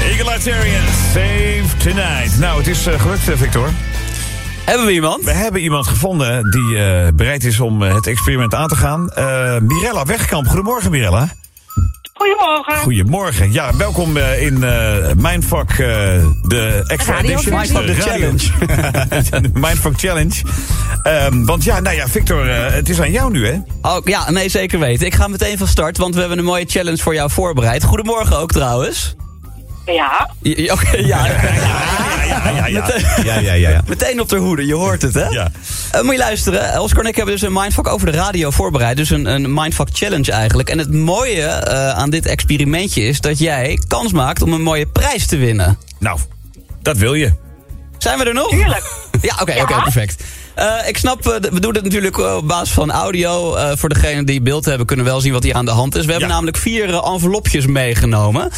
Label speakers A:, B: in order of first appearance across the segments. A: Egalitarian. Save tonight. Nou, het is eh, gelukt, eh, Victor.
B: Hebben we iemand?
A: We hebben iemand gevonden die eh, bereid is om eh, het experiment aan te gaan. Eh, Mirella Wegkamp. Goedemorgen, Mirella.
C: Goedemorgen.
A: Goedemorgen. Ja, welkom eh, in eh Mindfuck, eh, de extra
D: Radio
A: edition.
D: versie.
A: De challenge. Mindfuck Challenge. Ehm, want ja, nou ja, Victor, eh, het is aan jou nu, hè?
D: Ah.
B: Oh, ja, nee, zeker weten. Ik ga meteen van start, want we hebben een mooie challenge voor jou voorbereid. Goedemorgen ook trouwens.
C: Ja,
B: Ja, ja, Oké, ja.
A: Ja, ja, ja.
B: Meteen-
A: Ja, ja, ja. ja.
B: Meteen op de hoede, je hoort het, hè?
A: Ja.
B: Eh, moet je luisteren, Oscar en ik hebben dus een Mindfuck over de radio voorbereid. Dus een, een Mindfuck Challenge eigenlijk. En het mooie eh, aan dit experimentje is dat jij kans maakt om een mooie prijs te winnen.
A: Nou, dat wil je.
B: Zijn we er nog?
C: tuurlijk.
B: Ja, oké, oké, perfect. Eh, ik snap, eh, d- we doen dit natuurlijk eh, op basis van audio. Eh, voor degenen die beeld hebben, kunnen wel zien wat hier aan de hand is. We hebben
A: Ja.
B: namelijk vier eh, envelopjes meegenomen.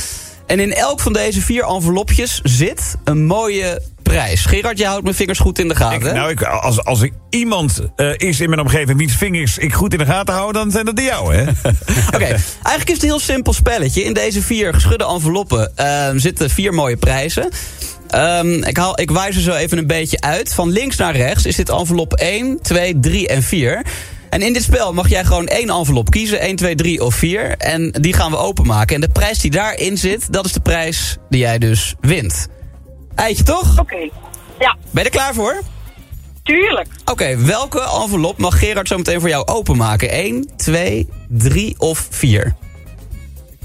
B: En in elk van deze vier envelopjes zit een mooie prijs. Gerard, je houdt mijn vingers goed in de gaten.
A: Ik-
B: hè?
A: nou, ik, als, als ik iemand eh, is in mijn omgeving wiens vingers ik goed in de gaten hou, dan zijn dat de jou, hè?
B: Oké, eigenlijk is het een heel simpel spelletje. In deze vier geschudde enveloppen ehm, zitten vier mooie prijzen. Ehm, ik, haal, ik waai ze zo even een beetje uit. Van links naar rechts is dit envelop 1, 2, 3 en 4. En in dit spel mag jij gewoon één envelop kiezen. 1, 2, 3 of 4. En die gaan we openmaken. En de prijs die daarin zit, dat is de prijs die jij dus wint. Eitje toch?
C: Oké. Ja,
B: Ben je er klaar voor?
C: tuurlijk.
B: Oké, welke envelop mag Gerard zo meteen voor jou openmaken? 1, 2, 3 of 4?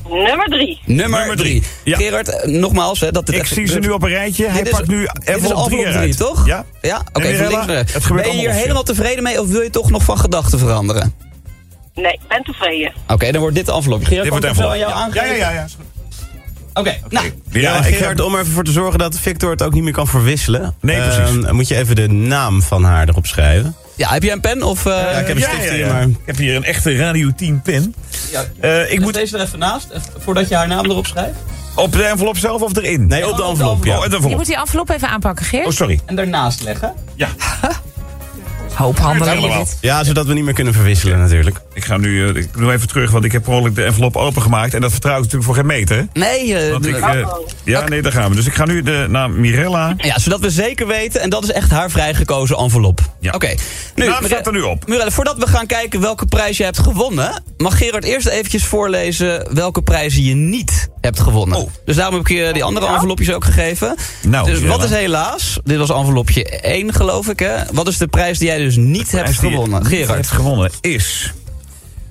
C: Nummer drie.
B: Nummer
A: Nummer
B: 3.
A: drie. Ja.
B: Gerard, eh, nogmaals, hè, dat het
A: Ik
B: even-
A: zie ze nu op een rijtje. Hij
B: Dit is-
A: pakt nu
B: dit is
A: envelop 3
B: envelop 3,
A: eruit.
B: toch?
A: Ja.
B: Ja, oké.
A: Nee,
B: van links
A: Mirella,
B: naar rechts.
A: het gebeurt
B: ben je hier
A: allemaal
B: helemaal tevreden mee of wil je toch nog van gedachten veranderen?
C: Nee, ik ben tevreden.
B: Oké, dan wordt dit de envelop. Gerard,
A: Dit
B: kan
A: wordt
B: ik dat wel
A: envelop.
B: aan jou
A: Ja,
B: aangeven?
A: ja, ja. ja.
B: Oké, nou,
A: Ja,
E: Ja,
A: Gerard,
E: Eh, Gerard, om er even voor te zorgen dat Victor het ook niet meer kan verwisselen.
A: Nee, precies.
E: ehm, moet je even de naam van haar erop schrijven.
B: ja, heb jij een pen of... eh,
E: ik heb een
A: ja,
E: stift
A: ja,
E: hier,
A: ja.
E: maar-
A: Ik heb hier een echte Radio 10 pen.
B: ja,
A: Eh, ik
B: leg
A: moet
B: deze er even naast, even voordat je haar naam erop schrijft.
A: op de envelop zelf of erin?
E: Nee, op de
B: Oh,
E: envelop.
A: Ja.
E: Ja.
A: Oh, het
D: Je
A: envelop.
D: moet die envelop even aanpakken,
A: Oh,
D: Geert.
A: sorry.
B: En daarnaast leggen.
A: Ja,
D: Hoop
A: allemaal.
D: handelen.
E: ja, zodat we niet meer kunnen verwisselen natuurlijk.
A: ik ga nu eh, ik doe even terug, want ik heb behoorlijk de envelop opengemaakt. En dat vertrouw ik natuurlijk voor geen meter.
B: Nee, eh,
A: Want ik,
B: de-
A: eh, ja, nee, daar gaan we. Dus ik ga nu de, naar Mirella.
B: ja, zodat we zeker weten. En dat is echt haar vrijgekozen envelop.
A: Ja.
B: Oké.
A: De
B: Nu,
A: naam
B: Mirella-
A: staat er nu op.
B: Murelle, voordat we gaan kijken welke prijs je hebt gewonnen... mag Gerard eerst eventjes voorlezen welke prijzen je niet hebt gewonnen.
A: Oh.
B: Dus daarom heb ik je die andere envelopjes ook gegeven.
A: Nou,
B: dus
A: Mirelle.
B: wat is helaas? Dit was envelopje 1, geloof ik, hè? Wat is de prijs die jij dus niet hebt
A: prijs die je
B: gewonnen,
A: niet
B: Gerard?
A: hebt gewonnen is...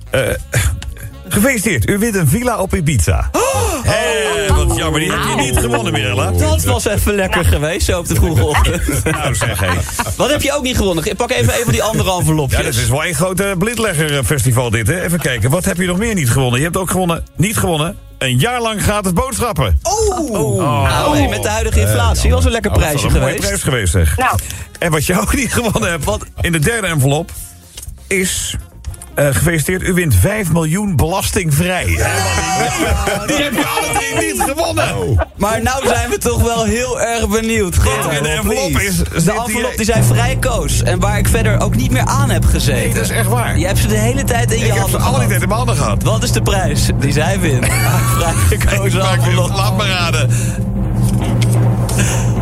A: eh, gefeliciteerd, u wint een villa op Ibiza.
B: Oh,
A: Hé, wat jammer, die heb je niet gewonnen, Mirella.
B: Dat was even lekker geweest, zo op de vroege ochtend.
A: Nou zeg, hé.
B: Wat heb je ook niet gewonnen? Ik Pak even een van die
A: Ja,
B: andere
A: dit
B: envelopjes.
A: is wel een groot eh, blindleggerfestival dit, hè. Even kijken, wat heb je nog meer niet gewonnen? Je hebt ook gewonnen, niet gewonnen, een jaar lang gratis boodschappen.
B: Nou, hey, met de huidige inflatie was een lekker
A: Oh. Eh, nou, dat is
B: prijsje
A: een mooie
B: geweest.
A: prijs geweest, zeg.
C: Nou,
A: En wat je ook niet gewonnen hebt, want eh, in de derde envelop is... eh, gefeliciteerd, u wint 5 miljoen belastingvrij. Die heb je alle drie niet gewonnen.
B: Maar nou zijn we toch wel heel erg benieuwd. Gerard,
A: En de envelop
B: please.
A: is-
B: De
A: zit
B: envelop
A: hier-
B: die zij vrij koos. En waar ik verder ook niet meer aan heb gezeten.
A: Nee, dat is echt waar.
B: Je hebt ze de hele tijd in je
A: Ik heb ze
B: handen
A: alle
B: gehad.
A: niet uit mijn handen gehad.
B: Wat is de prijs die zij wint? Ah, Vrij gekozen
A: Maak weer-
B: envelop.
A: Laat me raden.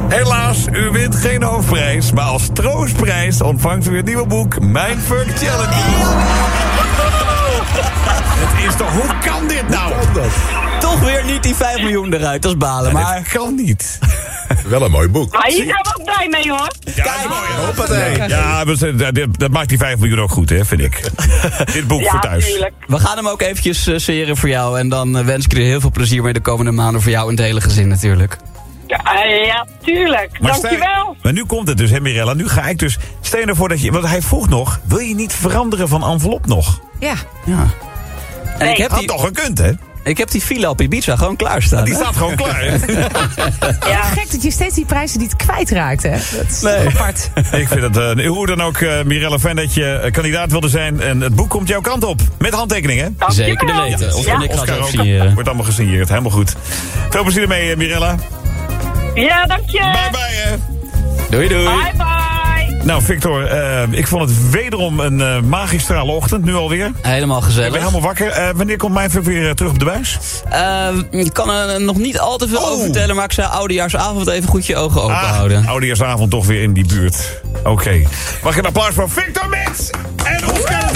A: Helaas, u wint geen hoofdprijs, maar als troostprijs ontvangt u het nieuwe boek Mijn Funk Challenge. Het is toch, hoe kan dit nou?
B: Toch weer niet die 5 miljoen eruit. Dat is balen. Maar
A: Dit kan niet.
F: Wel een mooi boek.
C: maar hier zijn we ook blij mee hoor.
A: Ja, dat is mooi, hè? Ja, maar ze- dat- dit- dat maakt die 5 miljoen ook goed, hè, vind ik. dit boek voor
C: Ja,
A: thuis.
C: tuurlijk.
B: we gaan hem ook eventjes eh, sereren voor jou. En dan eh, wens ik je er heel veel plezier mee de komende maanden. Voor jou en het hele gezin natuurlijk.
C: Ja, eh, ja tuurlijk.
A: Maar stel-
C: Dankjewel.
A: Maar nu komt het dus, hè, Mirella. Nu ga ik dus. Stel je ervoor dat je. Want hij vroeg nog: wil je niet veranderen van envelop nog?
D: Ja.
B: Ja. En
C: Nee.
B: ik, heb
A: Had
B: die,
A: toch gekund, hè?
B: ik heb die file op Ibiza gewoon klaarstaan.
A: Die
B: hè?
A: staat gewoon klaar. hè?
C: Ja,
D: Gek dat je steeds die prijzen niet kwijtraakt, hè? Dat is
B: Nee.
D: apart.
A: Ik vind het eh, hoe dan ook, eh Mirella, fijn dat je eh, kandidaat wilde zijn. En het boek komt jouw kant op. Met handtekeningen.
C: dankjewel.
B: Zeker te weten. Of
C: Ja,
B: ik ga het ook
A: hè?
B: signeren.
A: Wordt allemaal gesigneerd. Helemaal goed. Veel plezier ermee, eh, Mirella.
C: ja dank je.
A: Bye bye, hè.
B: Doei doei.
C: bye. bye.
A: Nou, Victor, eh, ik vond het wederom een eh, magistrale ochtend, nu alweer.
B: Helemaal
A: Ik ben
B: gezellig.
A: helemaal wakker. Eh, wanneer komt mijn weer eh, terug op de buis?
B: Ehm, ik kan er nog niet al te veel
A: Oh.
B: over vertellen, maar ik zou oudejaarsavond even goed je ogen open
A: Ah,
B: houden.
A: oh, oudejaarsavond toch weer in die buurt. Oké. Mag ik een applaus voor Victor Mits en Oscar de